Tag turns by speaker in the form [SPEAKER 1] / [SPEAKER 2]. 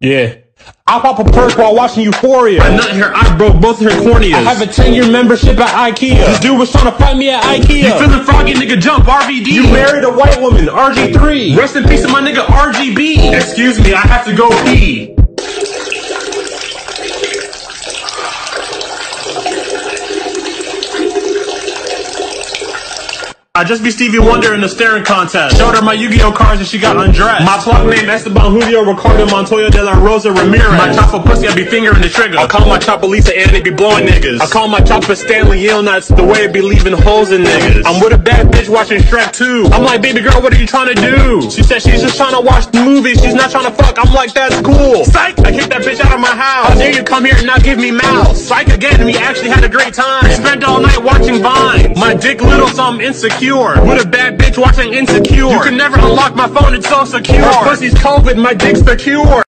[SPEAKER 1] Yeah.
[SPEAKER 2] I pop a perk while watching Euphoria.
[SPEAKER 1] I nut her. I broke both her corneas.
[SPEAKER 2] I have a 10 year membership at IKEA. This dude was trying to fight me at IKEA.
[SPEAKER 1] you feeling froggy, nigga? Jump, RVD.
[SPEAKER 2] You married a white woman, RG3.
[SPEAKER 1] Rest in peace to my nigga RGB. Excuse me, I have to go pee. I just be Stevie Wonder in the staring contest. Showed her my Yu-Gi-Oh cards and she got undressed. My plug name Esteban Julio Ricardo Montoya de la Rosa Ramirez. My chop for pussy, I be fingering the trigger. I call my chopper Lisa Ann, it be blowing niggas. I call my chopper Stanley Yale nuts, the way it be leaving holes in niggas. I'm with a bad bitch watching Shrek 2. I'm like, baby girl, what are you trying to do? She said she's just trying to watch the movie, she's not trying to fuck. I'm like, that's cool. Psych, I kicked that bitch out of my house. How dare you come here and not give me mouth? Psych again, we actually had a great time. Spent all night watching Vine. My dick little, so I'm insecure. With a bad bitch watching Insecure. You can never unlock my phone, it's so secure. Pussy's COVID, my dick's the cure.